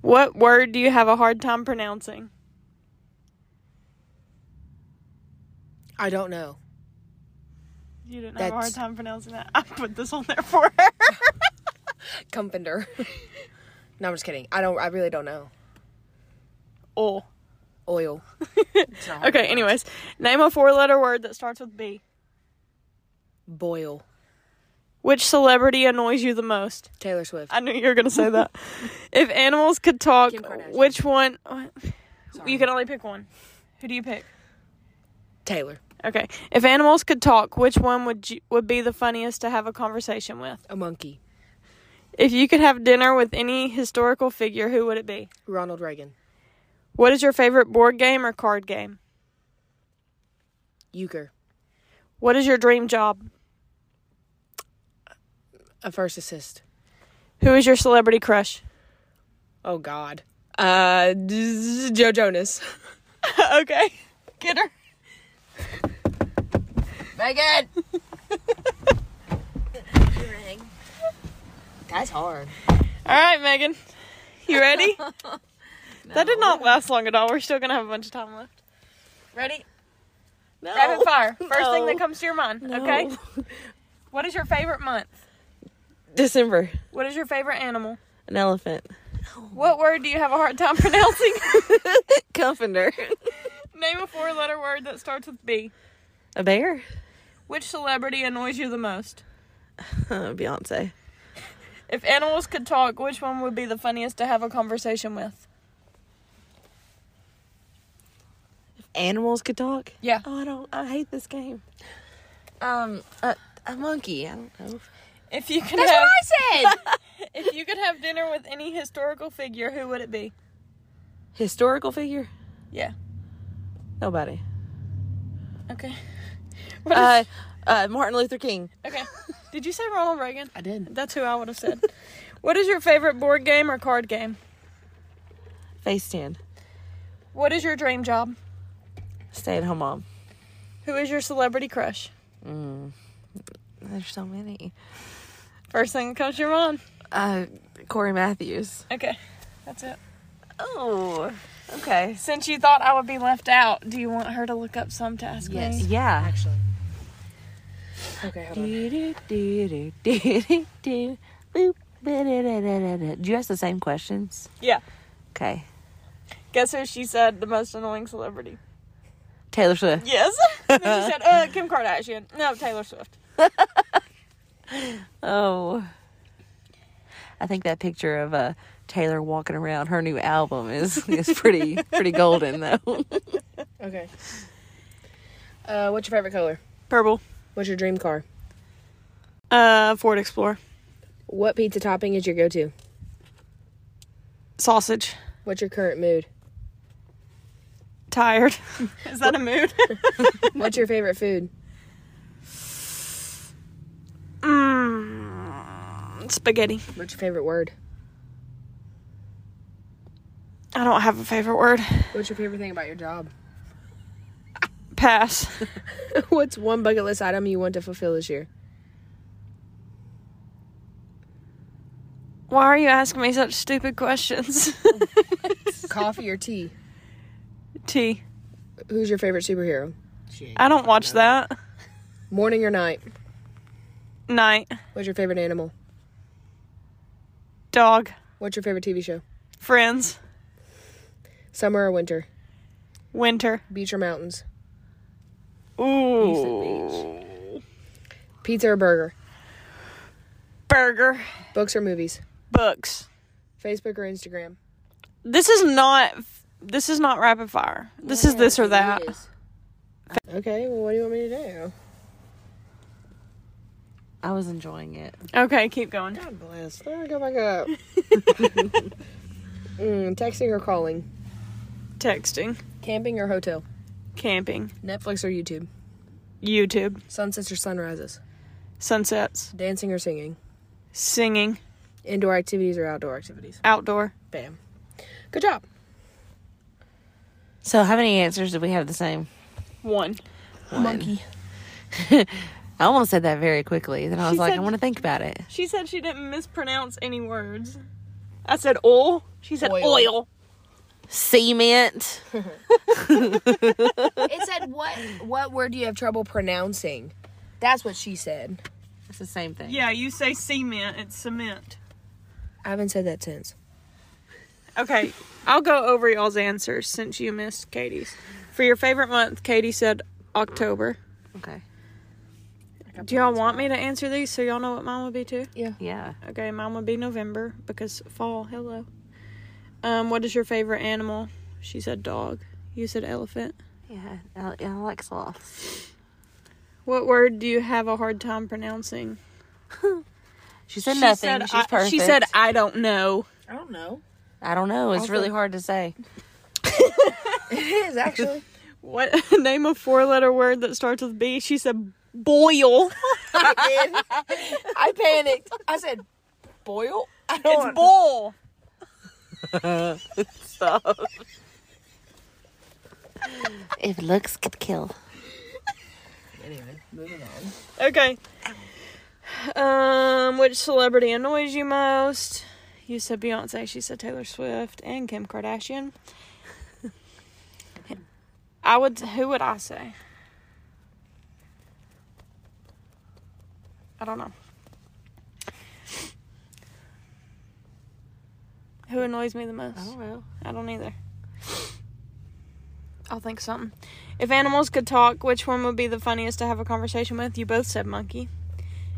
B: What word do you have a hard time pronouncing?
A: I don't know.
B: You didn't have a hard
A: That's-
B: time pronouncing that. I put this on there for her.
A: Comfender. no, I'm just kidding. I don't. I really don't know.
B: Oh.
A: Oil.
B: Okay, anyways. Name a four letter word that starts with B.
A: Boil.
B: Which celebrity annoys you the most?
A: Taylor Swift.
B: I knew you were going to say that. if animals could talk, which one? You can only pick one. Who do you pick?
A: Taylor.
B: Okay. If animals could talk, which one would you, would be the funniest to have a conversation with?
A: A monkey.
B: If you could have dinner with any historical figure, who would it be?
A: Ronald Reagan.
B: What is your favorite board game or card game?
A: Euchre.
B: What is your dream job?
A: A first assist.
B: Who is your celebrity crush?
A: Oh God. Uh, d- Joe Jonas.
B: okay. Get her.
A: Megan. That's hard.
B: All right, Megan. You ready? That did not last long at all. We're still going to have a bunch of time left. Ready?
C: No.
B: Rapid fire. First thing
C: No.
B: that comes to your mind, okay? What is your favorite month?
C: December.
B: What is your favorite animal?
C: An elephant.
B: What word do you have a hard time pronouncing?
C: Comfender.
B: Name a four letter word that starts with B.
C: A bear.
B: Which celebrity annoys you the most?
C: Uh, Beyonce.
B: If animals could talk, which one would be the funniest to have a conversation with?
C: Animals could talk.
B: Yeah.
C: Oh, I don't. I hate this game. Um, a, a monkey. I don't know.
B: If you could That's have, what I said. if you could have dinner with any historical figure, who would it be?
C: Historical figure.
B: Yeah.
C: Nobody.
B: Okay. What is-
C: Uh, uh, Martin Luther King.
B: okay. Did you say Ronald Reagan?
A: I did.
B: That's who I would have said. what is your favorite board game or card game?
C: Face tan.
B: What is your dream job?
C: Stay at home mom.
B: Who is your celebrity crush?
C: There's so many.
B: First thing that comes to your mind.
C: Uh, Corey Matthews.
B: Okay. That's it.
C: Oh. Okay.
B: Since you thought I would be left out, do you want her to look up some to ask yes. me?
C: Yeah.
A: Okay, hold on.
C: Do, do, do, do, do, do. Boop, ba, da, da, da, da, da. Do you ask the same questions?
B: Yeah.
C: Okay.
B: Guess who she said the most annoying celebrity?
C: Taylor Swift.
B: Yes. then she said, uh, Kim Kardashian. No, Taylor Swift.
C: Oh. I think that picture of uh, Taylor walking around her new album is is pretty pretty golden though.
A: Okay. Uh, what's your favorite color?
B: Purple.
A: What's your dream car?
B: Uh, Ford Explorer.
A: What pizza topping is your go-to?
B: Sausage.
A: What's your current mood?
B: Tired. Is that a mood?
A: What's your favorite food?
B: Mmm. Spaghetti.
A: What's your favorite word?
B: I don't have a favorite word.
A: What's your favorite thing about your job?
B: Pass.
A: What's one bucket list item you want to fulfill this year?
B: Why are you asking me such stupid questions?
A: Coffee or tea?
B: Tea.
F: Who's your favorite superhero?
B: I don't watch that.
F: Morning or night?
B: Night.
F: What's your favorite animal?
B: Dog.
F: What's your favorite TV show?
B: Friends.
F: Summer or winter?
B: Winter.
F: Beach or mountains?
B: Ooh.
F: Pizza or burger?
B: Burger.
F: Books or movies?
B: Books.
F: Facebook or Instagram?
B: This is not. This is not rapid fire. This is this or
F: Uh,
B: that.
F: Okay, well, what do you want me to do?
C: I was enjoying it.
B: Okay, keep going.
F: God bless. There, go back up. mm, texting or calling?
B: Texting.
F: Camping or hotel?
B: Camping.
F: Netflix or YouTube?
B: YouTube.
F: Sunsets or sunrises?
B: Sunsets.
F: Dancing or singing?
B: Singing.
F: Indoor activities or outdoor activities?
B: Outdoor.
F: Bam. Good job.
C: So, how many answers did we have the same?
B: One.
C: Monkey. I almost said that very quickly. Then I was
B: She
C: like, I
B: said-
C: want to think about it.
B: She said she didn't mispronounce any words. I said oil. She said oil.
C: Cement.
F: It said what what word do you have trouble pronouncing? That's what she said.
C: It's the same thing.
B: Yeah, you say cement. It's cement.
F: I haven't said that since.
B: Okay, I'll go over y'all's answers since you missed Katie's. For your favorite month, Katie said October.
C: Okay.
B: Do y'all want me to answer these so y'all know what mine would be too?
C: Yeah.
B: Okay, mine would be November because fall. Hello. Um, what is your favorite animal? She said dog. You said elephant.
C: Yeah. I, I like sloths.
B: What word do you have a hard time pronouncing?
C: She said nothing.
B: Said,
C: She's
B: I,
C: perfect.
B: she said I don't know.
A: I don't know.
C: I don't know. It's really hard to say.
F: It is actually.
B: What name a four letter word that starts with B? She said boil.
F: I panicked. I said boil. I don't
B: It's bowl.
C: If looks could kill.
B: Okay. Um, which celebrity annoys you most? You said Beyonce. She said Taylor Swift and Kim Kardashian. I would. Who would I say? I don't know. Who annoys me the most?
C: I don't know.
B: I don't either. I'll think something. If animals could talk, which one would be the funniest to have a conversation with? You both said monkey.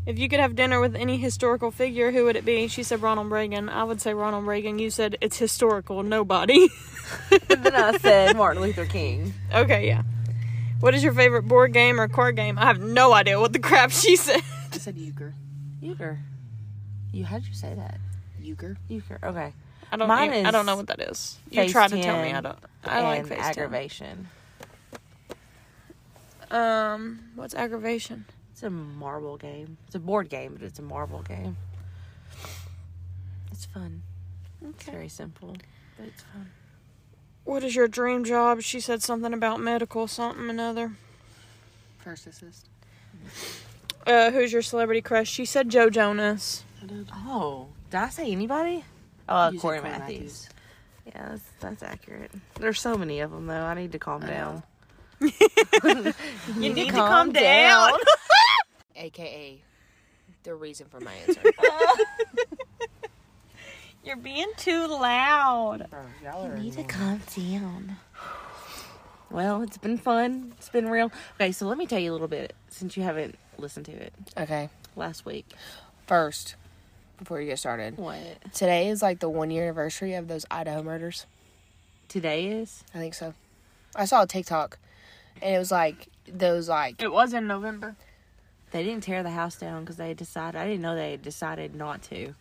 B: If you could have dinner with any historical figure, who would it be? She said Ronald Reagan. I would say Ronald Reagan. You said it's historical, nobody.
C: then I said Martin Luther King.
B: okay, yeah. What is your favorite board game or card game? I have no idea what the crap she said.
A: I said euchre.
C: Euchre. You how'd you say that?
A: Euchre.
C: Euchre. Okay.
B: I don't.
C: Mine
B: even- I
C: is
B: don't know what that is. You try to tell me. I
C: FaceTime
B: don't. I like
C: and
B: FaceTime.
C: aggravation.
B: Um, what's aggravation?
C: It's a marble game. It's a board game, but it's a marble game. It's fun. It's very simple, but it's fun.
B: What is your dream job? She said something about medical, something another.
A: First assist.
B: Uh, who's your celebrity crush? She said Joe Jonas.
C: Oh, did I say anybody? Oh,
A: You said
C: Corey
A: Corey
C: Matthews. Yeah, that's, that's accurate. There's so many of them though. I need to calm down.
B: You, need
C: calm down.
A: AKA the reason for my answer.
B: You're being too loud.
C: need to calm down. Well, it's been fun. It's been real. Okay, so let me tell you a little bit since you haven't listened to it
A: okay.
C: last week.
A: First, before you get started,
C: What
A: today is like the one year anniversary of those Idaho murders.
C: today is?
A: I think so. I saw a TikTok and it was like those like
B: It was in November.
C: They didn't tear the house down because they decided. I didn't know they had decided not to.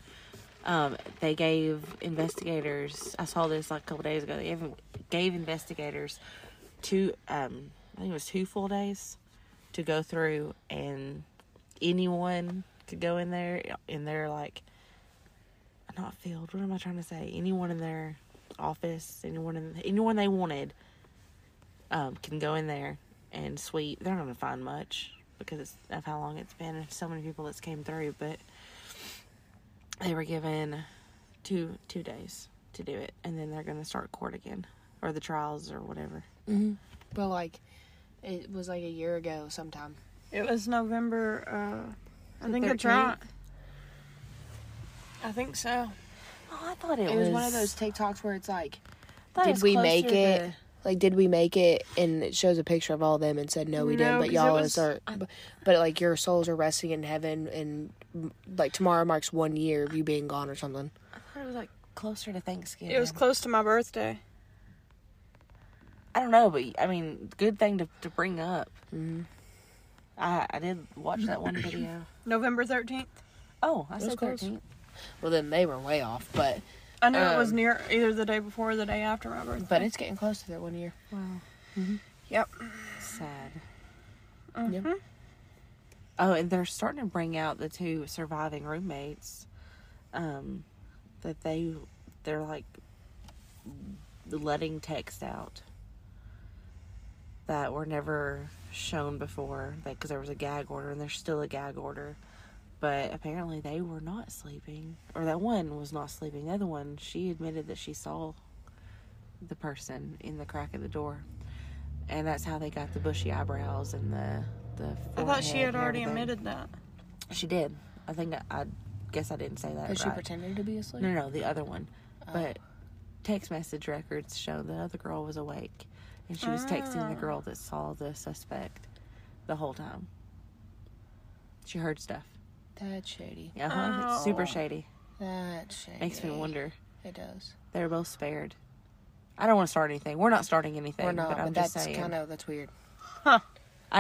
C: Um, they gave investigators. I saw this like a couple days ago. They gave, gave investigators two. Um, I think it was two full days to go through, and anyone could go in there in their like not field. What am I trying to say? Anyone in their office, anyone in anyone they wanted, um, can go in there and sweep. They're not gonna find much because it's, of how long it's been and so many people that's came through. But they were given two two days to do it, and then they're gonna start court again. or the trials or whatever.
A: But like, it was like a year ago sometime.
B: It was November. Uh, I think it's
C: 13th?
B: right. I think so.
C: Oh, I thought it,
A: It was one of those TikToks where it's like,
C: I thought it
A: did
C: was
A: we
C: closer
A: make it? Like, did we make it? And it shows a picture of all of them and said, no, we
B: No,
A: didn't. But
B: 'cause
A: y'all
B: it was-
A: are, but, but like your souls are resting in heaven, and mm, like tomorrow marks one year of you being gone or something.
C: to- I thought it was like closer to Thanksgiving.
B: It was close to my birthday.
C: I don't know, but I mean, good thing to, to bring up. I I did watch that one video.
B: November 13th.
C: Oh, I said
A: close.
C: thirteenth.
A: Well, then they were way off, but
B: I knew it was near either the day before or the day after my birthday.
A: but it's getting close to that one year.
B: yep.
C: Sad.
A: Yep.
C: Oh, and they're starting to bring out the two surviving roommates. Um, that they they're like letting text out that were never shown before because there was a gag order and there's still a gag order but apparently they were not sleeping or that one was not sleeping the other one she admitted that she saw the person in the crack of the door and that's how they got the bushy eyebrows and the the
B: I thought she
C: forehead
B: had
C: and
B: already
C: everything.
B: admitted that.
C: She did. I think I, I guess I didn't say that.
A: But she
C: right.
A: pretended to be asleep. Oh.
C: No, no, no, the other one. But text message records show the other girl was awake, and she was texting
A: Ah.
C: the girl that saw the suspect the whole time. She heard stuff.
A: That's shady.
C: Yeah, huh? It's
A: Oh.
C: super shady.
A: That's shady.
C: Makes me wonder.
A: It does.
C: They were both spared. I don't want to start anything. We're not starting anything.
A: Or not,
C: but
A: but,
C: I'm just
A: that's
C: saying.
A: kind of that's weird.
C: I'd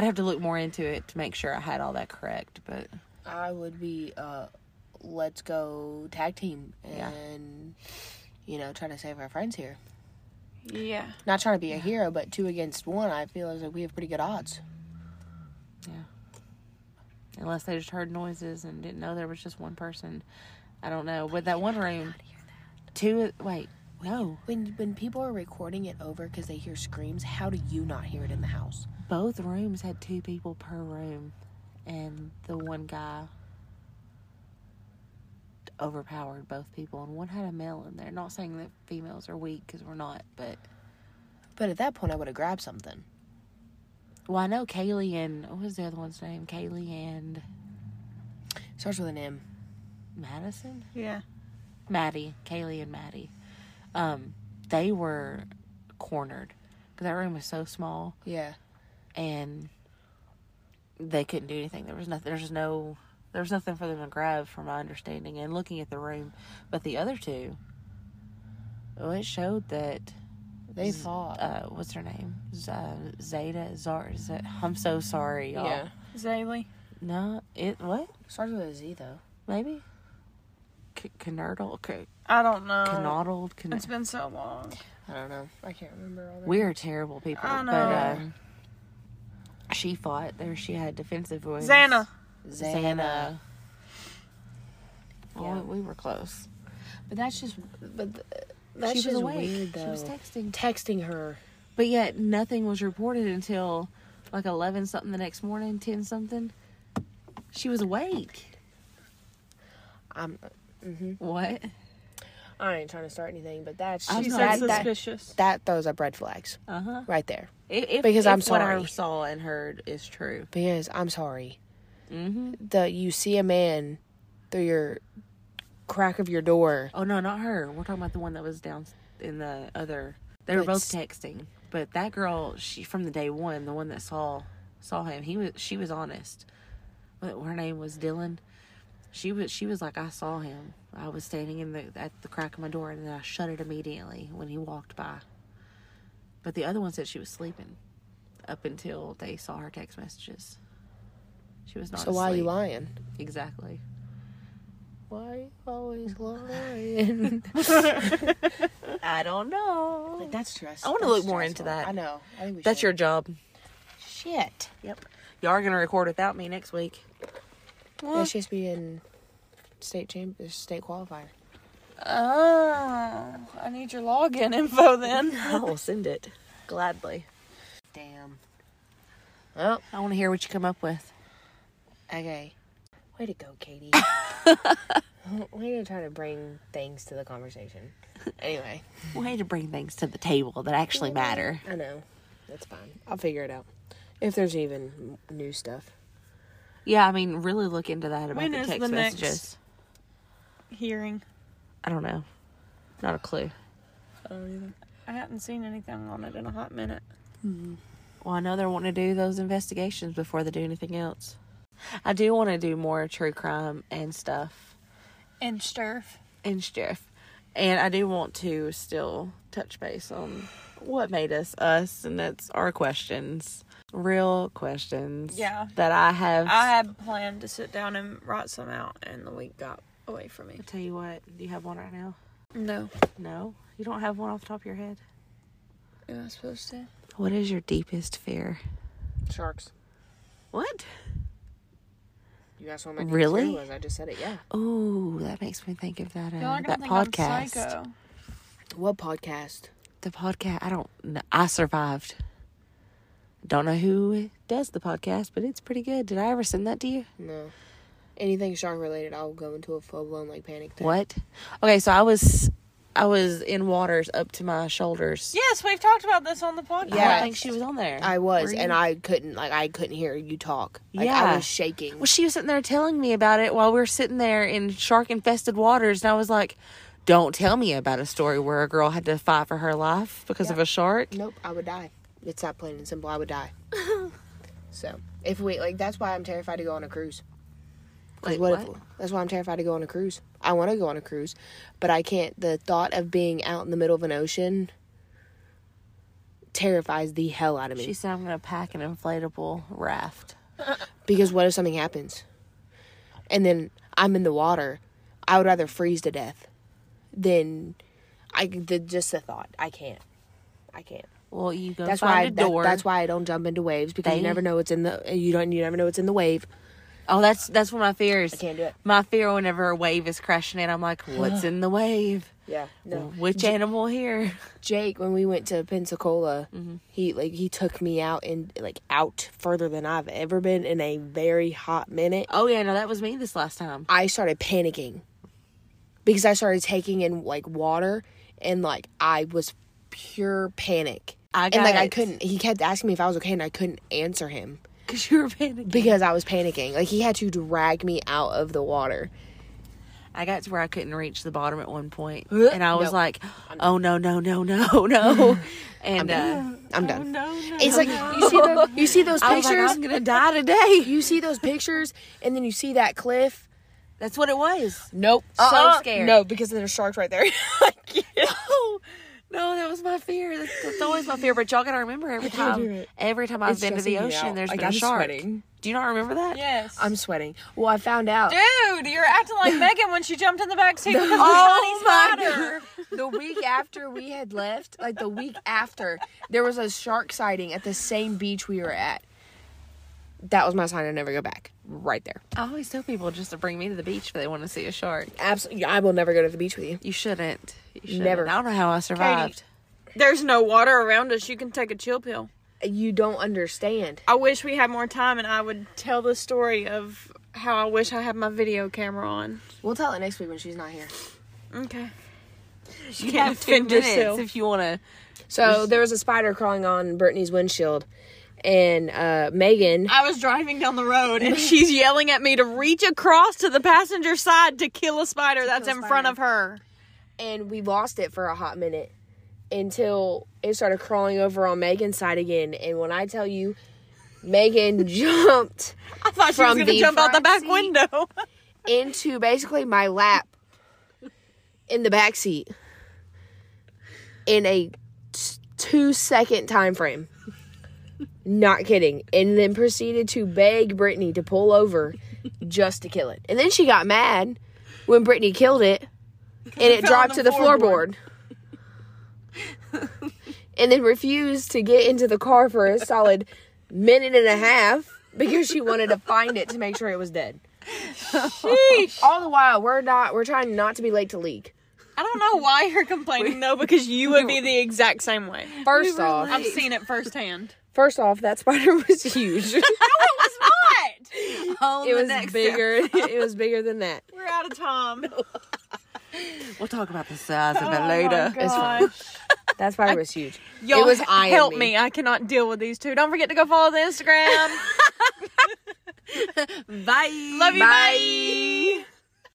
C: have to look more into it to make sure I had all that correct. But
A: I would be uh let's go tag team and you know, try to save our friends here.
B: Yeah.
A: Not trying to be a hero, but two against one, I feel as like we have pretty good odds.
C: unless they just heard noises and didn't know there was just one person. I don't know. But that one room, two. Wait, no,
A: When when people are recording it over because they hear screams, how do you not hear it in the house?
C: both rooms had two people per room, and the one guy overpowered both people, and one had a male in there. Not saying that females are weak because we're not, but
A: But at that point, I would have grabbed something.
C: well, I know Kaylee and what was the other one's name? Kaylee and
A: Starts with an M.
C: Madison.
B: Yeah.
C: Maddie, Kaylee, and Maddie, um, they were cornered because that room was so small
A: Yeah.
C: and they couldn't do anything. There was nothing. There was no. There was nothing for them to grab, from my understanding, and looking at the room. But the other two, well, it showed that
A: They fought.
C: uh, what's her name? Z- uh, Zeta Zar. Z- I'm so sorry, y'all.
A: Yeah.
B: Zaylee.
C: No, it what?
A: Starts with a Z though.
C: Maybe. C- Canardle, C-
B: I don't know.
C: Canardled,
B: It's been so long.
A: I don't know. I can't remember all that.
C: We are terrible people.
B: I know.
C: But uh, she fought there. She had defensive wounds.
B: Xana.
C: Xana. Oh, we were close.
A: But that's just. But th- that's
C: she was
A: just
C: awake.
A: weird though.
C: She was texting.
A: texting her.
C: But yet nothing was reported until like 11 something the next morning, 10 something. She was awake.
A: I'm.
C: mm-hmm. What?
A: I ain't trying to start anything, but that's
C: I'm
B: She
A: just,
C: not-
B: said
A: that, Uh-huh. that
B: suspicious.
A: that throws up red flags
C: Uh huh.
A: right there.
C: If,
A: Because
C: if
A: I'm
C: What I
A: sorry.
C: saw and heard is true.
A: Because I'm sorry, mm-hmm. the you see a man through your crack of your door.
C: Oh no, not her. We're talking about the one that was down in the other. They were
A: But s-
C: both texting, but that girl, she from the day one, the one that saw saw him. He was she was honest. But her name was Dylan. She was she was like I saw him. I was standing in the at the crack of my door, and then I shut it immediately when he walked by. But the other one said she was sleeping, up until they saw her text messages. She was not.
A: So why are you
C: asleep.
A: lying?
C: Exactly.
A: Why are you always lying?
C: I don't know.
A: like, that's stressful.
C: I wanna
A: That's
C: look more into
A: stressful.
C: that.
A: I know. I think we
C: That's
A: should.
C: your job.
A: shit.
C: Yep. Y'all are gonna record without me next week.
A: That should just be in state champ, state qualifier.
B: Oh, I need your login info then.
C: I will send it gladly.
A: Damn. Well,
C: I want to hear what you come up with.
A: Oh. okay. Way to go, Katie. Way to try to bring things to the conversation. Anyway,
C: Way to bring things to the table that actually matter.
A: I know. That's fine. I'll figure it out. If there's even m- new stuff.
C: Yeah, I mean, really look into that about
B: When
C: the
B: is
C: text
B: the next-
C: messages.
B: Hearing.
C: I don't know. Not a clue.
B: I hadn't seen anything on it in a hot minute.
C: Well, I know they're wanting to do those investigations before they do anything else. I do want to do more true crime and stuff
B: And Sturf.
C: and stuff. And I do want to still touch base on what made us us, and that's our questions. Real questions.
B: Yeah.
C: That I have.
B: I had planned to sit down and write some out, and the week got away from me.
C: I tell you what, do you have one right now?
B: No.
C: No? You don't have one off the top of your head?
B: Am I supposed to?
C: What is your deepest fear?
A: Sharks.
C: What?
A: You asked what my
C: Really?
A: really? was. I just said it, yeah.
C: Oh, that makes me think of that uh,
B: Y'all are gonna
C: that
B: think I'm
C: podcast.
B: psycho.
A: What podcast?
C: The podcast. I don't. kn- I survived. Don't know who does the podcast, but it's pretty good. Did I ever send that to you?
A: No. Anything shark related, I'll go into a full blown like panic attack.
C: What? Okay, so I was I was in waters up to my shoulders.
B: Yes, we've talked about this on the podcast.
C: I
A: Yeah.
C: don't think she was on there.
A: I was,
C: Were
A: and
C: you?
A: I couldn't like I couldn't hear you talk. Like,
C: Yeah.
A: I was shaking.
C: Well, she was sitting there telling me about it while we were sitting there in shark infested waters, and I was like, "Don't tell me about a story where a girl had to fight for her life because of a shark."
A: Nope, I would die. It's that plain and simple. I would die. so if we like, that's why I'm terrified to go on a cruise. 'Cause
C: Wait,
A: if-
C: what?
A: that's why I'm terrified to go on a cruise. I want to go on a cruise, but I can't. The thought of being out in the middle of an ocean terrifies the hell out of me.
C: She said, "I'm going to pack an inflatable raft."
A: because what if something happens, and then I'm in the water? I would rather freeze to death than I. The, just the thought. I can't. I can't.
C: Well, you go
A: That's why I,
C: find
A: that-
C: a door.
A: that's why I don't jump into waves because
C: They-
A: you never know what's in the you don't you never know what's in the wave.
C: Oh, that's that's one of my fears. I
A: can't do it.
C: My fear whenever a wave is crashing in, I'm like, what's in the wave?
A: Yeah. No.
C: Which animal here?
A: Jake, when we went to Pensacola,
C: Mm-hmm.
A: he like he took me out and like out further than I've ever been in a very hot minute.
C: Oh yeah, no, that was me this last time.
A: I started panicking because I started taking in like water and like I was pure panic.
C: I got
A: and like I
C: it.
A: couldn't. He kept asking me if I was okay, and I couldn't answer him.
C: Cause you were panicking.
A: Because I was panicking. Like he had to drag me out of the water.
C: I got to where I couldn't reach the bottom at one point, and I was like, oh no, no, no, no, no, and uh,
A: I'm done. It's like you see those, you see those
C: I was like,
A: pictures.
C: I'm gonna die today.
A: you see those pictures, and then you see that cliff.
C: That's what it was.
A: Nope. Uh-uh.
C: So scared.
A: No, because there's sharks right there.
C: no, no, that was my fear. That's, that's always my fear. But y'all gotta remember every time, every time I've
A: It's
C: been to the
A: stressing me
C: ocean,
A: out.
C: there's
A: Like,
C: been a
A: I'm
C: shark.
A: sweating.
C: Do you not remember that?
B: Yes.
A: I'm sweating. Well, I found out.
B: Dude, you're acting like Megan when she jumped in the back seat because of
C: Oh my
B: Johnny's ladder.
A: The week after we had left, like the week after, there was a shark sighting at the same beach we were at. That was my sign to never go back. Right there.
C: I always tell people just to bring me to the beach if they want to see a shark.
A: Absolutely. I will never go to the beach with you.
C: You shouldn't. You shouldn't.
A: Never.
C: I don't know how I survived.
B: There's no water around us. You can take a chill pill.
A: You don't understand.
B: I wish we had more time and I would tell the story of how I wish I had my video camera on.
A: We'll tell it next week when she's not here.
B: Okay.
C: You have two
B: defend
C: minutes
B: yourself.
C: if you want to.
A: So there was a spider crawling on Brittany's windshield, and uh, Megan
B: I was driving down the road and she's yelling at me to reach across to the passenger side to kill a spider that's in front of her.
A: and we lost it for a hot minute until it started crawling over on Megan's side again. And when I tell you, Megan jumped
B: I thought she was
A: From
B: going to
A: the
B: jump out the
A: front
B: back
A: seat.
B: window.
A: into basically my lap in the back seat in a t- two second time frame. Not kidding. And then proceeded to beg Brittany to pull over just to kill it. And then she got mad when Brittany killed it and it
B: fell on
A: dropped
B: the
A: to the
B: floorboard.
A: floorboard. and then refused to get into the car for a solid minute and a half because she wanted to find it to make sure it was dead. All the while, we're not. We're trying not to be late to league.
B: I don't know why you're complaining though, because you would be the exact same way.
A: First off,
B: I've seen it firsthand.
A: first off, that spider was huge.
B: No, it was not.
H: On
A: It
H: the
A: was
H: next
A: bigger. it was bigger than that.
B: We're out of time.
H: step. We'll talk about the size of it
B: Oh
H: later.
B: my gosh.
A: That's why it was huge.
B: Y'all
A: was
B: h-
A: eyeing
B: help
A: me.
B: me. I cannot deal with these two. Don't forget to go follow the Instagram.
H: Bye.
B: Love you.
H: Bye.